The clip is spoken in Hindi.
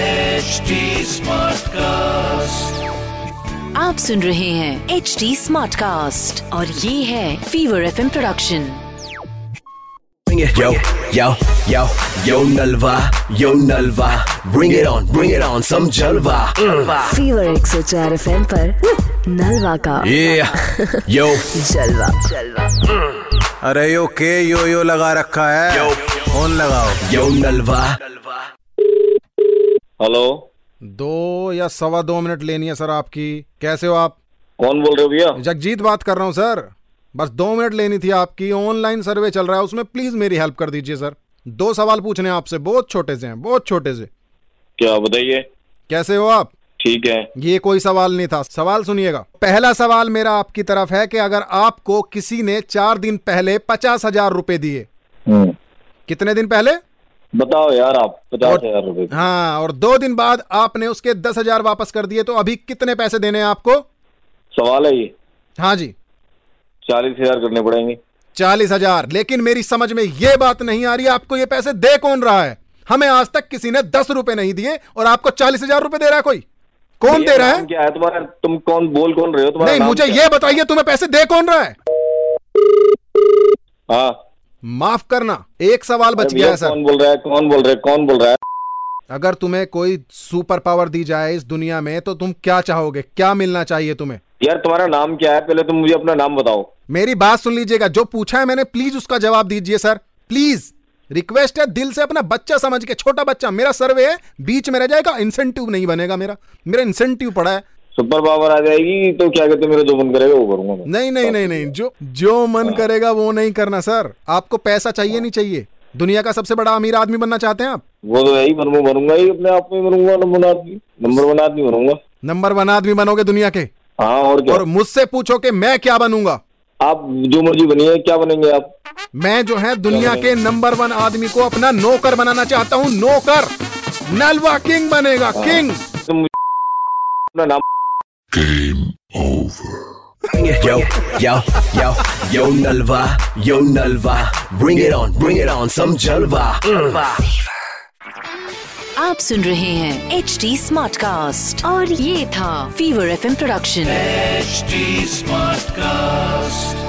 HD Smartcast. आप सुन रहे हैं एच डी स्मार्ट कास्ट और ये है Fever F production Bring it. Yo, yo, yo, yo Nalva, yo Nalva. Bring it on, bring it on, some Jalva. Mm. Fever एक सौ चार एफ एम नलवा का Yeah, yo, जलवा जलवा अरे यो के यो यो लगा रखा है Yo. फोन लगाओ yo Nalva. हेलो दो या सवा दो मिनट लेनी है सर आपकी कैसे हो आप कौन बोल रहे हो भैया जगजीत बात कर रहा हूँ सर बस दो मिनट लेनी थी आपकी ऑनलाइन सर्वे चल रहा है उसमें प्लीज मेरी हेल्प कर दीजिए सर दो सवाल पूछने हैं आपसे बहुत छोटे से हैं बहुत छोटे से क्या बताइए कैसे हो आप ठीक है ये कोई सवाल नहीं था सवाल सुनिएगा पहला सवाल मेरा आपकी तरफ है कि अगर आपको किसी ने चार दिन पहले पचास हजार रुपए दिए हम्म, कितने दिन पहले बताओ यार आप पचास और- हजार रुपए हाँ और दो दिन बाद आपने उसके दस हजार वापस कर दिए तो अभी कितने पैसे देने हैं आपको सवाल है ये हाँ जी चालीस हजार करने पड़ेंगे चालीस हजार लेकिन मेरी समझ में ये बात नहीं आ रही आपको ये पैसे दे कौन रहा है हमें आज तक किसी ने दस रुपए नहीं दिए और आपको चालीस हजार रुपए दे रहा है कोई कौन भैया, दे रहा नाम है क्या है तुम्हारा तुम कौन बोल कौन रहे हो तुम्हारा नहीं नाम मुझे क्या ये बताइए तुम्हें पैसे दे कौन रहा है है? हाँ माफ करना एक सवाल बच अरे गया भैया, है सर कौन बोल रहा है कौन बोल रहा है कौन बोल रहा है अगर तुम्हें कोई सुपर पावर दी जाए इस दुनिया में तो तुम क्या चाहोगे क्या मिलना चाहिए तुम्हें यार तुम्हारा नाम क्या है पहले तुम मुझे अपना नाम बताओ मेरी बात सुन लीजिएगा जो पूछा है मैंने प्लीज उसका जवाब दीजिए सर प्लीज रिक्वेस्ट है दिल से अपना बच्चा समझ के छोटा बच्चा मेरा सर्वे है बीच में रह जाएगा इंसेंटिव नहीं बनेगा मेरा मेरा इंसेंटिव पड़ा है सुपर पावर आ जाएगी तो क्या कहते हैं, मेरा जो मन करेगा वो करूंगा मैं नहीं नहीं नहीं नहीं जो जो मन करेगा वो नहीं करना सर आपको पैसा चाहिए नहीं चाहिए दुनिया का सबसे बड़ा अमीर आदमी बनना चाहते हैं आप वो तो यही बनू बनूंगा ही अपने आप में बनूंगा नंबर आदमी नंबर वन आदमी बनूंगा नंबर वन आदमी बनोगे दुनिया के हाँ और क्या और मुझसे पूछो कि मैं क्या बनूंगा आप जो मर्जी बनिए क्या बनेंगे आप मैं जो है दुनिया के नंबर वन आदमी को अपना नौकर बनाना चाहता हूँ नौकर नलवा किंग बनेगा किंग तुम मुझे अपना नाम Bring it. Yo, yo, yo, yo Nalva, yo Nalva. Bring it on, bring it on, some Jalva. Mm. आप सुन रहे हैं एच डी स्मार्ट कास्ट और ये था fever F production HD Smartcast.